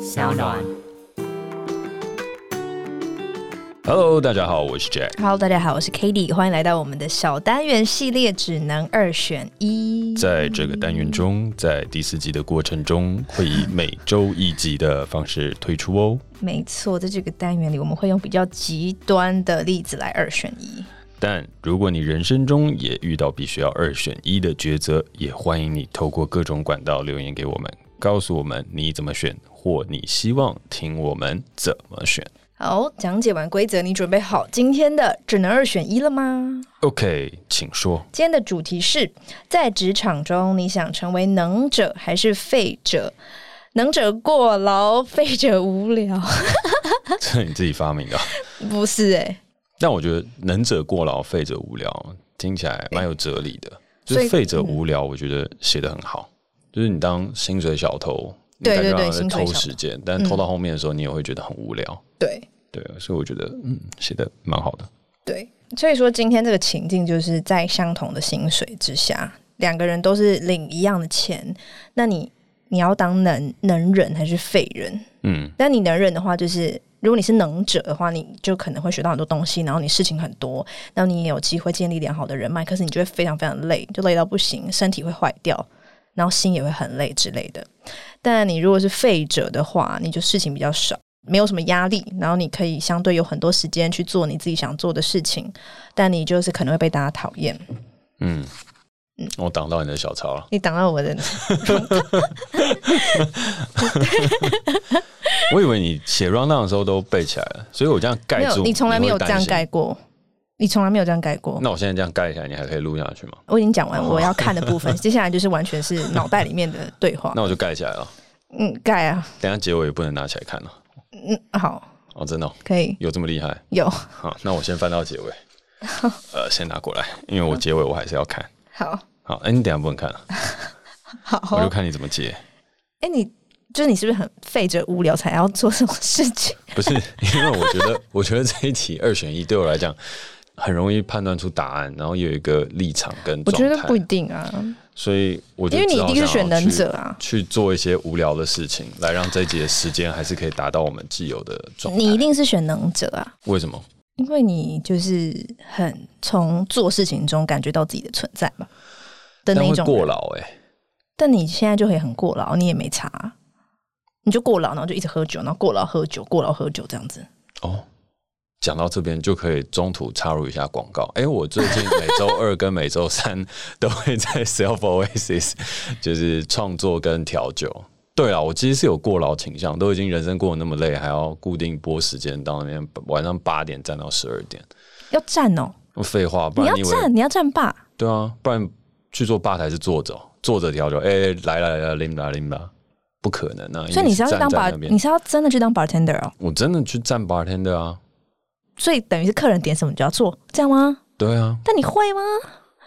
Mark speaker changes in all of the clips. Speaker 1: 小暖。
Speaker 2: Hello，大家好，我是 Jack。
Speaker 3: Hello，大家好，我是 k a t i e 欢迎来到我们的小单元系列，只能二选一。
Speaker 2: 在这个单元中，在第四季的过程中，会以每周一集的方式推出哦。
Speaker 3: 没错，在这个单元里，我们会用比较极端的例子来二选一。
Speaker 2: 但如果你人生中也遇到必须要二选一的抉择，也欢迎你透过各种管道留言给我们，告诉我们你怎么选，或你希望听我们怎么选。
Speaker 3: 好，讲解完规则，你准备好今天的只能二选一了吗？
Speaker 2: OK，请说。
Speaker 3: 今天的主题是在职场中，你想成为能者还是废者？能者过劳，废者无聊。
Speaker 2: 这 是你自己发明的啊。
Speaker 3: 不是哎、
Speaker 2: 但我觉得能者过劳，废者无聊，听起来蛮有哲理的。就
Speaker 3: 所
Speaker 2: 是
Speaker 3: 以
Speaker 2: 废者无聊，我觉得写的很好。就是你当薪水小偷，你
Speaker 3: 对
Speaker 2: 感觉
Speaker 3: 对对
Speaker 2: 好像在
Speaker 3: 薪水
Speaker 2: 偷
Speaker 3: 小偷嗯
Speaker 2: 时间，但偷到后面的时候，你也会觉得很无聊。
Speaker 3: 对
Speaker 2: 对，所以我觉得嗯，写的蛮好的。
Speaker 3: 对，所以说今天这个情境就是在相同的薪水之下，两个人都是领一样的钱，那你你要当能能人还是废人？
Speaker 2: 嗯，
Speaker 3: 但你能忍的话，就是如果你是能者的话，你就可能会学到很多东西，然后你事情很多，然后你也有机会建立良好的人脉，可是你就会非常非常累，就累到不行，身体会坏掉，然后心也会很累之类的。但你如果是废者的话，你就事情比较少。没有什么压力，然后你可以相对有很多时间去做你自己想做的事情，但你就是可能会被大家讨厌。
Speaker 2: 嗯
Speaker 3: 嗯，
Speaker 2: 我挡到你的小抄了。
Speaker 3: 你挡到我的，
Speaker 2: 我以为你写 round down 的时候都背起来了，所以我这样
Speaker 3: 没
Speaker 2: 盖
Speaker 3: 有，
Speaker 2: 住，
Speaker 3: 你从来没有
Speaker 2: 会
Speaker 3: 这
Speaker 2: 担
Speaker 3: 样
Speaker 2: 心。
Speaker 3: 盖过，你从来没有这样盖过。
Speaker 2: 那我现在这样盖起来，你还可以录下去吗？
Speaker 3: 我已经讲完
Speaker 2: 哦
Speaker 3: 我要看的 部分，接下来就是完全是脑袋里面的对话。
Speaker 2: 那我就盖起来了。
Speaker 3: 嗯，盖啊，
Speaker 2: 等一下结尾也不能拿起来看了。
Speaker 3: 嗯，好，
Speaker 2: 哦，真的哦、
Speaker 3: 可以，
Speaker 2: 有这么厉害？
Speaker 3: 有，
Speaker 2: 好，那我先翻到结 尾，呃，先拿过来，因为我结尾我还是要看。
Speaker 3: 好，
Speaker 2: 好，哎、你等一下不能看了，
Speaker 3: 好
Speaker 2: 我就
Speaker 3: 哦。
Speaker 2: 看你怎么接。
Speaker 3: 哎、你就是你是不是很费着无聊才要做这种事 情？
Speaker 2: 不是，因为我觉得，我觉得这一题二选一对我来讲很容易判断出答案，然后有一个立场跟
Speaker 3: 我觉
Speaker 2: 状
Speaker 3: 得
Speaker 2: 态
Speaker 3: 不一，定啊，
Speaker 2: 所以我就
Speaker 3: 因为你
Speaker 2: 只好
Speaker 3: 一定是
Speaker 2: 想要
Speaker 3: 选能
Speaker 2: 去
Speaker 3: 者啊
Speaker 2: 去做一些无聊的事情，来让这一集的时间还是可以达到我们既有的状态。
Speaker 3: 你一定是选能者啊，
Speaker 2: 为什么？
Speaker 3: 因为你就是很从做事情中感觉到自己的存在嘛的那
Speaker 2: 但
Speaker 3: 一
Speaker 2: 会
Speaker 3: 种人
Speaker 2: 过劳哎、
Speaker 3: 但你现在就会很过劳，你也没查、你就过劳，然后就一直喝酒，然后过劳喝酒，过劳喝酒这样子。
Speaker 2: 哦，讲到这边就可以中途插入一下广告。哎、我最近每周二跟每周三都会在 Self Oasis 就是创作跟调酒。对啊，我其实是有过劳倾向，都已经人生过得那么累，还要固定拨时间到那边晚上八点站到十二点。
Speaker 3: 要站哦，
Speaker 2: 废话，不
Speaker 3: 你
Speaker 2: 然
Speaker 3: 要
Speaker 2: 你以为
Speaker 3: 站，你要站吧。
Speaker 2: 对啊？不然去做吧台是坐着哦，坐着调酒。哎、来来来，拎吧拎吧，不可能啊！
Speaker 3: 所以
Speaker 2: 因为
Speaker 3: 你是要去
Speaker 2: 站
Speaker 3: 当
Speaker 2: 在
Speaker 3: bar，
Speaker 2: 那边
Speaker 3: 你是要真的去当 bartender 哦。
Speaker 2: 我真的去站 bartender 啊？
Speaker 3: 所以等于是客人点什么你就要做，这样吗？
Speaker 2: 对啊，
Speaker 3: 但你会吗？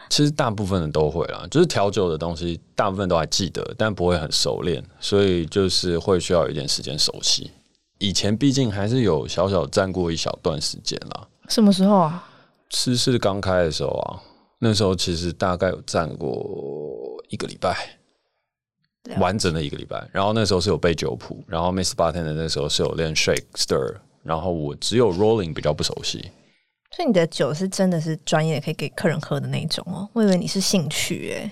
Speaker 2: 其实大部分人都会啦，就是调酒的东西，大部分都还记得，但不会很熟练，所以就是会需要有一点时间熟悉。以前毕竟还是有小小站过一小段时间啦，
Speaker 3: 什么时候啊？
Speaker 2: 吃是刚开的时候啊，那时候其实大概有站过一个礼拜，
Speaker 3: 了
Speaker 2: 完整的一个礼拜。然后那时候是有背酒谱，然后 Miss Bartender 那时候是有练 shake stir，然后我只有 rolling 比较不熟悉，
Speaker 3: 所以你的酒是真的是专业的，可以给客人喝的那一种哦。我以为你是兴趣诶、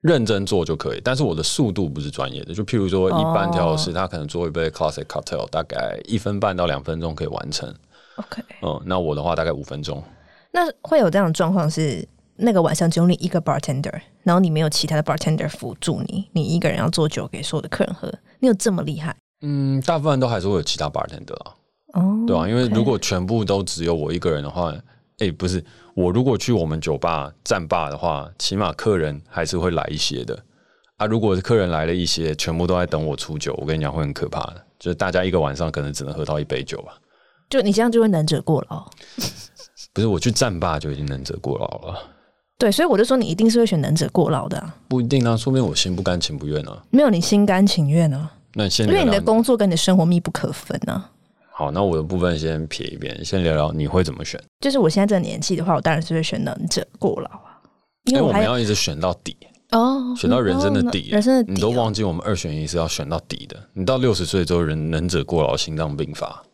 Speaker 2: 认真做就可以，但是我的速度不是专业的。就譬如说，一般调酒师他可能做一杯 classic cocktail，大概一分半到两分钟可以完成。
Speaker 3: OK，
Speaker 2: 嗯，那我的话大概五分钟。
Speaker 3: 那会有这样的状况是，那个晚上只有你一个 bartender，然后你没有其他的 bartender 辅助你，你一个人要做酒给所有的客人喝，你有这么厉害
Speaker 2: 嗯，大部分都还是会有其他 bartender 啊，
Speaker 3: 哦？
Speaker 2: 对啊，因为
Speaker 3: OK
Speaker 2: 如果全部都只有我一个人的话，哎、不是，我如果去我们酒吧站吧的话，起码客人还是会来一些的。啊，如果客人来了一些，全部都在等我出酒，我跟你讲会很可怕的，就是大家一个晚上可能只能喝到一杯酒吧。
Speaker 3: 就你这样就会能者过劳。
Speaker 2: 不是我去站吧就已经能者过劳了。
Speaker 3: 对，所以我就说你一定是会选能者过劳的、啊，
Speaker 2: 不一定啊，说不定我心不甘情不愿啊。
Speaker 3: 没有你心甘情愿啊。
Speaker 2: 那先
Speaker 3: 因
Speaker 2: 聊
Speaker 3: 为你
Speaker 2: 聊
Speaker 3: 的工作跟你的生活密不可分啊。
Speaker 2: 好，那我的部分先撇一边，先聊聊你会怎么选。
Speaker 3: 就是我现在这个年纪的话，我当然是会选能者过劳啊，因
Speaker 2: 因
Speaker 3: 为
Speaker 2: 为哎
Speaker 3: 我
Speaker 2: 我
Speaker 3: 还
Speaker 2: 们
Speaker 3: 有、
Speaker 2: 要一直选到底，
Speaker 3: 哦，
Speaker 2: 选到人生的
Speaker 3: 哦那
Speaker 2: 底，
Speaker 3: 人生的底、
Speaker 2: 你都，忘记我们二选一是要选到底的。你到六十岁之后，人能者过劳，心脏病发，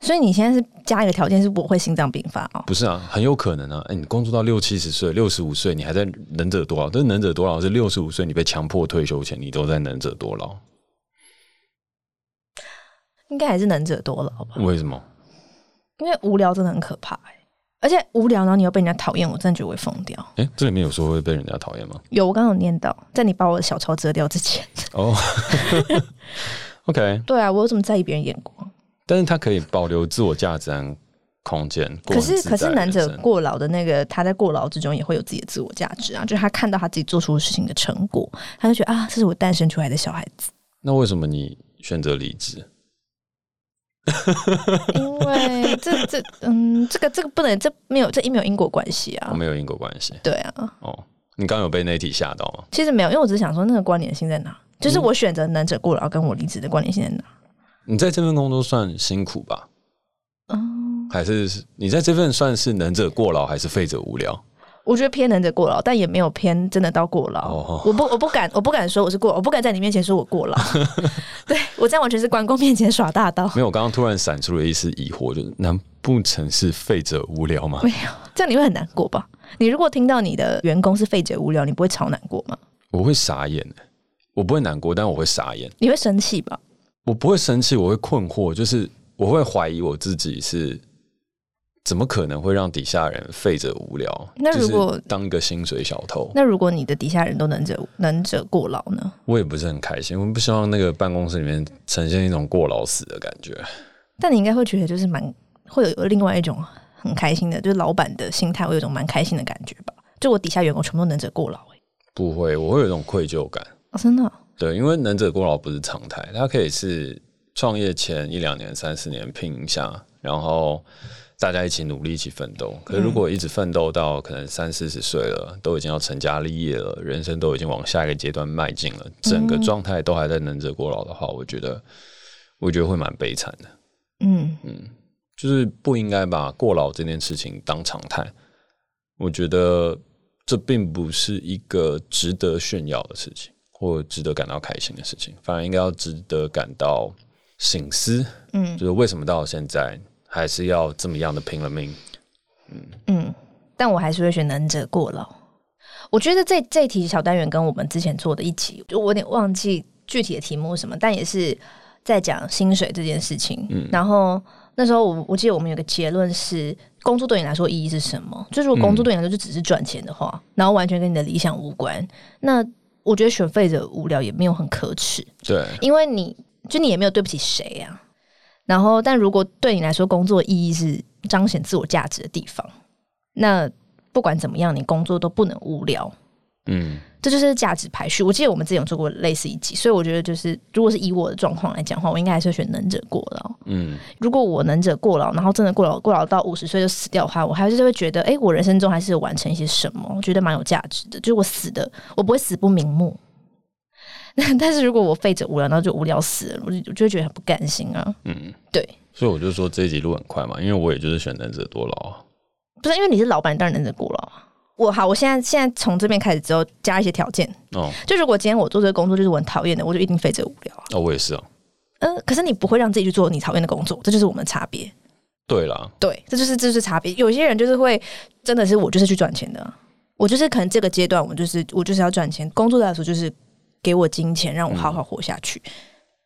Speaker 3: 所以你现在是加一个条件是我会心脏病发哦，
Speaker 2: 不是啊，很有可能啊。哎、你工作到六七十岁、六十五岁，你还在能者多劳，但是能者多劳是六十五岁你被强迫退休前，你都在能者多劳。
Speaker 3: 应该还是能者多劳吧？
Speaker 2: 为什么？
Speaker 3: 因为无聊真的很可怕、欸，而且无聊然后你又被人家讨厌，我真的觉得我会疯掉。
Speaker 2: 哎、这里面有说会被人家讨厌吗？
Speaker 3: 有，我刚刚有念到，在你把我的小抄遮掉之前，
Speaker 2: 哦、o k
Speaker 3: 对啊，我有这么在意别人眼光？
Speaker 2: 但是他可以保留自我价值和空间。过
Speaker 3: 可
Speaker 2: 很
Speaker 3: 是
Speaker 2: 自在
Speaker 3: 可是
Speaker 2: 的
Speaker 3: 难
Speaker 2: 人
Speaker 3: 者
Speaker 2: 生
Speaker 3: 过劳的那个，他在过劳之中也会有自己的自我价 值啊，就是他看到他自己做出的事情的成果，他就觉得啊，这是我诞生出来的小孩子，
Speaker 2: 那为什么你选择离职？
Speaker 3: 因为这这嗯，这个这个不能，这没有这没有因果关系
Speaker 2: 我
Speaker 3: 啊，
Speaker 2: 没有因果关系
Speaker 3: 对啊，
Speaker 2: 哦。你刚刚有被那一题吓到吗？
Speaker 3: 其实没有，因为我只是想说那个关联性在哪，就是
Speaker 2: 嗯
Speaker 3: 我选择能者过劳跟我离职的关联性在哪？
Speaker 2: 你在这份工作算辛苦吧？
Speaker 3: 嗯，
Speaker 2: 还是你在这份算是能者过劳还是废者无聊？
Speaker 3: 哦我觉得偏能者过劳，但也没有偏真的到过劳。
Speaker 2: 哦
Speaker 3: 我不，我不敢，我不敢说我是过，我不敢在你面前说我 过劳。对我这样完全是关公面前耍大刀，
Speaker 2: 没有，我刚刚突然闪出了一丝疑惑，就是难不成是废者无聊吗？
Speaker 3: 没有，这样你会很难过吧？你如果听到你的员工是废者无聊，你不会超难过吗？
Speaker 2: 我会傻眼、我不会难过，但我会傻眼。
Speaker 3: 你会生气吧？
Speaker 2: 我不会生气，我会困惑，就是我会怀疑我自己是怎么可能会让底下人废者无聊？
Speaker 3: 那如果
Speaker 2: 就是当一个薪水小偷，
Speaker 3: 那如果你的底下人都能者能者过劳呢？
Speaker 2: 我也不是很开心。我不希望那个办公室里面呈现一种过劳死的感觉。
Speaker 3: 但你应该会觉得就是蛮会有另外一种很开心的，就是老板的心态会有一种蛮开心的感觉吧？就我底下员工全部都能者过劳、欸，
Speaker 2: 不会，我会有一种愧疚感。
Speaker 3: 哦，真的哦、
Speaker 2: 对，因为能者过劳不是常态，它可以是创业前一两年、三四年拼一下，然后大家一起努力、一起奋斗。可是如果一直奋斗到可能三四十岁了，都已经要成家立业了，人生都已经往下一个阶段迈进了，整个状态都还在能者过劳的话，我觉得，我觉得会蛮悲惨的。
Speaker 3: 嗯，
Speaker 2: 就是不应该把过劳这件事情当常态。我觉得这并不是一个值得炫耀的事情，或值得感到开心的事情，反而应该要值得感到醒思。嗯，就是为什么到现在还是要这么样的拼了命？
Speaker 3: 嗯但我还是会选能者过劳。我觉得这这题小单元跟我们之前做的一集，就我有点忘记具体的题目是什么，但也是在讲薪水这件事情。然后那时候我我记得我们有个结论是，工作对你来说意义是什么？就是如果工作对你来说就只是赚钱的话，然后完全跟你的理想无关，那我觉得选废者无聊也没有很可耻。
Speaker 2: 对，
Speaker 3: 因为你就你也没有对不起谁啊。然后，但如果对你来说工作意义是彰显自我价值的地方，那不管怎么样，你工作都不能无聊。
Speaker 2: 嗯，
Speaker 3: 这就是价值排序。我记得我们之前有做过类似一集，所以我觉得就是，如果是以我的状况来讲的话，我应该还是会选能者过劳。
Speaker 2: 嗯，
Speaker 3: 如果我能者过劳，然后真的过劳过劳到五十岁就死掉的话，我还是会觉得，哎、我人生中还是有完成一些什么，我觉得蛮有价值的。就是我死的，我不会死不瞑目。 那但是如果我废者无聊，然后就无聊死了，我就我就会觉得很不甘心啊。
Speaker 2: 嗯所以我就说这一集录很快嘛，因为我也就是选能者多劳啊。
Speaker 3: 不是因为你是老板，你当然能者过劳啊。我好，我现在现在从这边开始之后加一些条件，
Speaker 2: 哦，
Speaker 3: 就如果今天我做这个工作就是我很讨厌的，我就一定废者无聊啊。
Speaker 2: 哦，我也是啊。
Speaker 3: 嗯、可是你不会让自己去做你讨厌的工作，这就是我们的差别。
Speaker 2: 对啦，
Speaker 3: 对，这就是这就是差别。有些人就是会，真的是我就是去赚钱的啊，我就是可能这个阶段我就是我就是要赚钱，工作来说就是给我金钱，让我好好
Speaker 2: 嗯
Speaker 3: 活下去。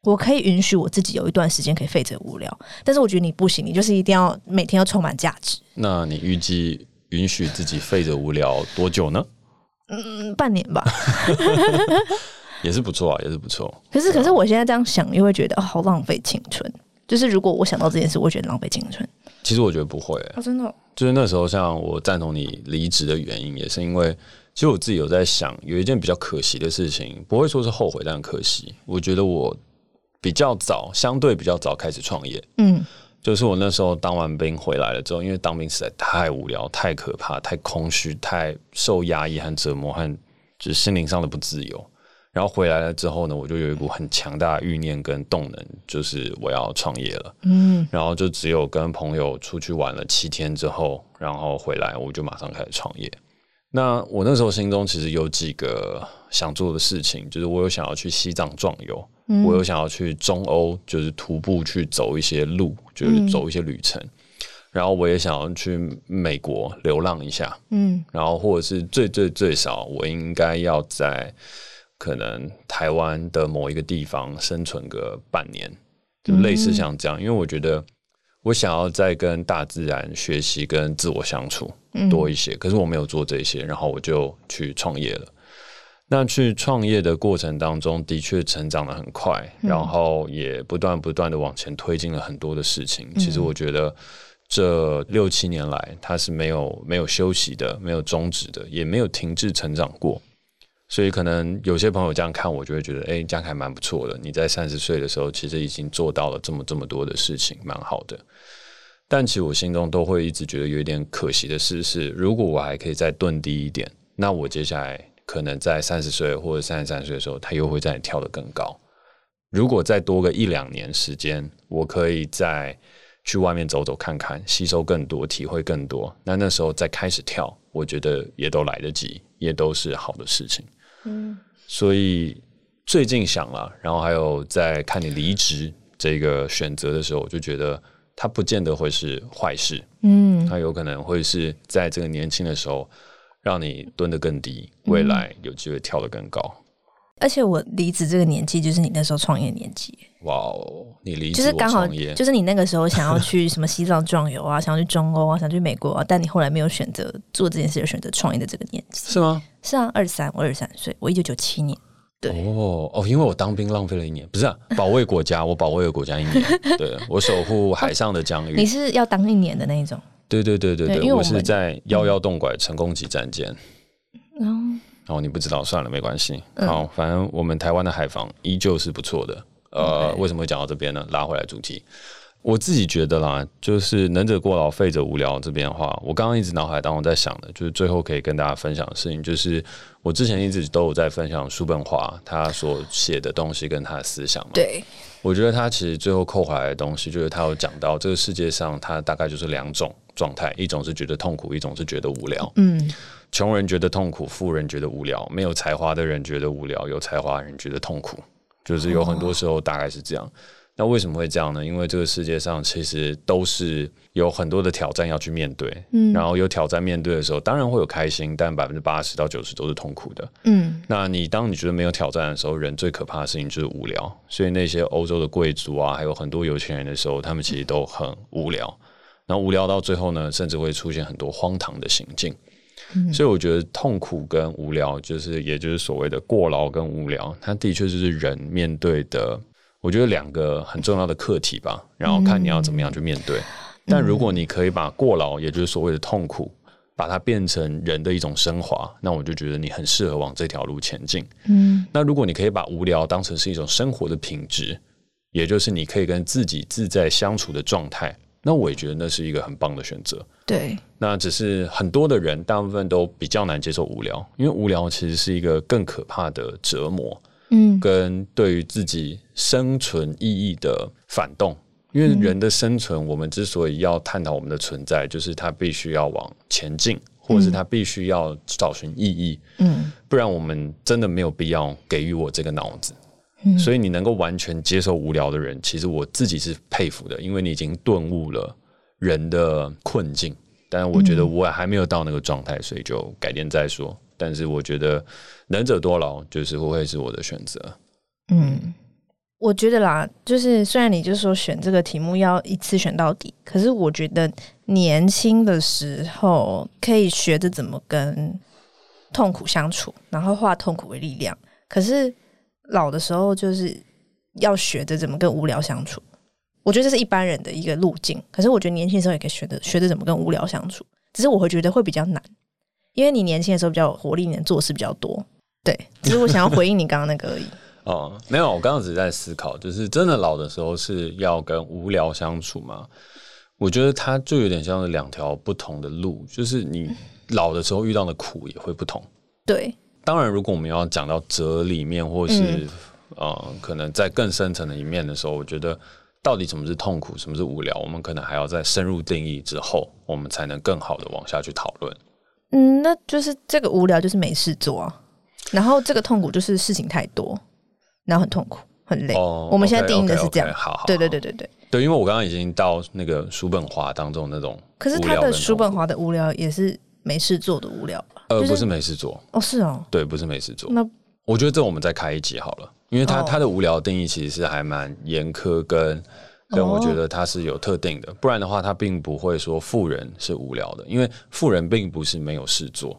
Speaker 3: 我可以允许我自己有一段时间可以废着无聊，但是我觉得你不行，你就是一定要每天要充满价值。
Speaker 2: 那你预计允许自己废着无聊多久呢？
Speaker 3: 嗯，半年 吧。
Speaker 2: 也是不错啊，也是不错。
Speaker 3: 可是可是我现在这样想，又会觉得、哦、好浪费青春。就是如果我想到这件事，我会觉得浪费青春。
Speaker 2: 其实我觉得不会欸、
Speaker 3: 哦，真的、
Speaker 2: 就是那时候，像我赞同你离职的原因，也是因为其实我自己有在想，有一件比较可惜的事情，不会说是后悔，但可惜。我觉得我比较早，相对比较早开始创业，
Speaker 3: 嗯
Speaker 2: 就是我那时候当完兵回来了之后，因为当兵实在太无聊、太可怕、太空虚、太受压抑和折磨，和就是心灵上的不自由。然后回来了之后呢，我就有一股很强大的欲念跟动能，就是我要创业了。
Speaker 3: 嗯，
Speaker 2: 然后就只有跟朋友出去玩了七天之后，然后回来我就马上开始创业。那我那时候心中其实有几个想做的事情，就是我有想要去西藏壮游，
Speaker 3: 嗯
Speaker 2: 我有想要去中欧，就是徒步去走一些路，就是走一些旅程。然后我也想要去美国流浪一下，
Speaker 3: 嗯
Speaker 2: 然后或者是最最最少，我应该要在可能台湾的某一个地方生存个半年，就类似像这样，因为我觉得我想要再跟大自然学习跟自我相处
Speaker 3: 嗯
Speaker 2: 多一些，可是我没有做这些，然后我就去创业了。那去创业的过程当中，的确成长的很快，然后也不断不断的往前推进了很多的事情。其实我觉得这六七年来，它是没有没有休息的，没有终止的，也没有停滞成长过。所以可能有些朋友这样看我，就会觉得，哎、嘉凯蛮不错的。你在三十岁的时候，其实已经做到了这么这么多的事情，蛮好的。但其实我心中都会一直觉得有一点可惜的事是，如果我还可以再遁低一点，那我接下来可能在三十岁或者三十三岁的时候，它又会再跳得更高。如果再多个一两年时间，我可以再去外面走走看看，吸收更多，体会更多，那那时候再开始跳，我觉得也都来得及，也都是好的事情。
Speaker 3: 嗯
Speaker 2: 所以最近想了，然后还有在看你离职这个选择的时候，我就觉得它不见得会是坏事，
Speaker 3: 嗯
Speaker 2: 它有可能会是在这个年轻的时候让你蹲得更低，未来有机会跳得更高。
Speaker 3: 而且我离职这个年纪，就是你那时候创业年纪，
Speaker 2: 哇哦，你离
Speaker 3: 就
Speaker 2: 职
Speaker 3: 是
Speaker 2: 我
Speaker 3: 刚好
Speaker 2: 创业，
Speaker 3: 就是你那个时候想 要去什么西藏壮游啊，想要去中欧啊，想去美国啊，但你后来没有选择做这件事，而选择创业的这个年纪。
Speaker 2: 是吗？
Speaker 3: 是啊，二十三，我二十三岁，我一九九七年。对
Speaker 2: 哦哦，因为我当兵浪费了一年，不是、 啊、保卫国家，我保卫了国家一年，对我守护海上的疆
Speaker 3: 你
Speaker 2: 域，
Speaker 3: 是要当一年的那一种，
Speaker 2: 对对对对
Speaker 3: 对
Speaker 2: 对，
Speaker 3: 因为我
Speaker 2: 我
Speaker 3: 们
Speaker 2: 是在幺幺洞拐成功级战舰。
Speaker 3: 然后
Speaker 2: 哦，你不知道，算了，没关系。好，反正我们台湾的海防依旧是不错的。呃，为什么会讲到这边呢？拉回来主题，我自己觉得啦，就是能者过劳，废者无聊。这边的话，我刚刚一直脑海当中在想的，就是最后可以跟大家分享的事情，就是我之前一直都有在分享叔本华他所写的东西跟他的思想嘛。
Speaker 3: 对，
Speaker 2: 我觉得他其实最后扣回来的东西，就是他有讲到这个世界上，他大概就是两种状态，一种是觉得痛苦，一种是觉得无聊。
Speaker 3: 嗯
Speaker 2: 穷人觉得痛苦，富人觉得无聊，没有才华的人觉得无聊，有才华的人觉得痛苦，就是有很多时候大概是这样。那为什么会这样呢？因为这个世界上其实都是有很多的挑战要去面对，
Speaker 3: 嗯
Speaker 2: 然后有挑战面对的时候，当然会有开心，但百分之八十到九十都是痛苦的。
Speaker 3: 嗯
Speaker 2: 那你当你觉得没有挑战的时候，人最可怕的事情就是无聊。所以那些欧洲的贵族啊，还有很多有钱人的时候，他们其实都很无聊。然后无聊到最后呢，甚至会出现很多荒唐的行径。所以我觉得痛苦跟无聊，就是也就是所谓的过劳跟无聊，它的确就是人面对的，我觉得两个很重要的课题吧。然后看你要怎么样去面对。但如果你可以把过劳，也就是所谓的痛苦，把它变成人的一种升华，那我就觉得你很适合往这条路前进。
Speaker 3: 嗯
Speaker 2: 那如果你可以把无聊当成是一种生活的品质，也就是你可以跟自己自在相处的状态，那我也觉得那是一个很棒的选择。
Speaker 3: 对，
Speaker 2: 那只是很多的人大部分都比较难接受无聊，因为无聊其实是一个更可怕的折磨。
Speaker 3: 嗯
Speaker 2: 跟对于自己生存意义的反动。因为人的生存，我们之所以要探讨我们的存在，就是它必须要往前进，或者是它必须要找寻意义，
Speaker 3: 嗯
Speaker 2: 不然我们真的没有必要给予我这个脑子。
Speaker 3: 嗯
Speaker 2: 所以你能够完全接受无聊的人，其实我自己是佩服的，因为你已经顿悟了人的困境。但是我觉得我还没有到那个状态，所以就改天再说。但是我觉得能者多劳，就是会是我的选择。
Speaker 3: 嗯，我觉得啦，就是虽然你就说选这个题目要一次选到底，可是我觉得年轻的时候可以学着怎么跟痛苦相处，然后化痛苦为力量。可是老的时候就是要学着怎么跟无聊相处。我觉得这是一般人的一个路径，可是我觉得年轻的时候也可以学着学着怎么跟无聊相处，只是我会觉得会比较难，因为你年轻的时候比较有活力，你能做的事比较多。对，只是我想要回应你刚刚那个而已。
Speaker 2: 哦，没有，我刚刚只是在思考，就是真的老的时候是要跟无聊相处吗？我觉得它就有点像是两条不同的路，就是你老的时候遇到的苦也会不同。
Speaker 3: 对，
Speaker 2: 当然，如果我们要讲到哲里面，或是、
Speaker 3: 嗯
Speaker 2: 呃，可能在更深层的一面的时候，我觉得到底什么是痛苦，什么是无聊，我们可能还要在深入定义之后，我们才能更好的往下去讨论。
Speaker 3: 嗯，那就是这个无聊就是没事做啊，然后这个痛苦就是事情太多，然后很痛苦很累。
Speaker 2: 哦
Speaker 3: 我们现在定义的是这样
Speaker 2: OK，OK，OK，好好，
Speaker 3: 对对对对对。
Speaker 2: 对，因为我刚刚已经到那个叔本华当中那种，
Speaker 3: 可是他的叔本，华的无聊也是没事做的无聊吧？
Speaker 2: 呃，
Speaker 3: 就是
Speaker 2: 不是没事做，
Speaker 3: 哦，是哦，
Speaker 2: 对，不是没事做。
Speaker 3: 那
Speaker 2: 我觉得这我们再开一集好了，因为他、
Speaker 3: 哦
Speaker 2: 他的无聊定义其实是还蛮严苛跟。跟
Speaker 3: 哦
Speaker 2: 我觉得他是有特定的，不然的话，他并不会说富人是无聊的，因为富人并不是没有事做，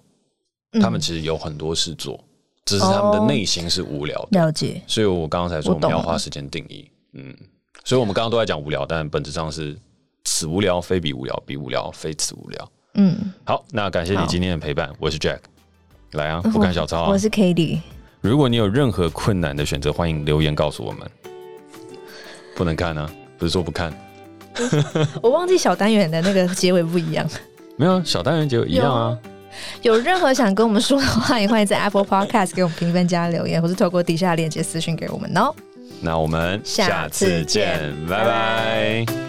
Speaker 3: 嗯
Speaker 2: 他们其实有很多事做，只是他们的内心是无聊的。
Speaker 3: 了解。
Speaker 2: 所以我刚刚才说
Speaker 3: 我
Speaker 2: 我们
Speaker 3: 懂
Speaker 2: 要
Speaker 3: 了
Speaker 2: 花时间定义，嗯，所以我们刚刚都在讲无聊，但本质上是此无聊非彼无聊，彼无聊非此无聊。
Speaker 3: 嗯，
Speaker 2: 好，那感谢你
Speaker 3: 好嗯
Speaker 2: 今天的陪伴，我是 Jack，来啊，不看小抄啊
Speaker 3: 我。是 k a t i e
Speaker 2: 如果你有任何困难的选择，欢迎留言告诉我们。不能看啊，不是说不看，
Speaker 3: 我忘记小单元的那个结尾不一样。
Speaker 2: 没有啊小单元结果一样啊。
Speaker 3: 有任何想跟我们说的话，也欢迎在 Apple Podcast 给我们评分加留言，或是透过底下链接私讯给我们哦。
Speaker 2: 那我们
Speaker 3: 下次见
Speaker 2: 拜
Speaker 3: 拜
Speaker 2: 拜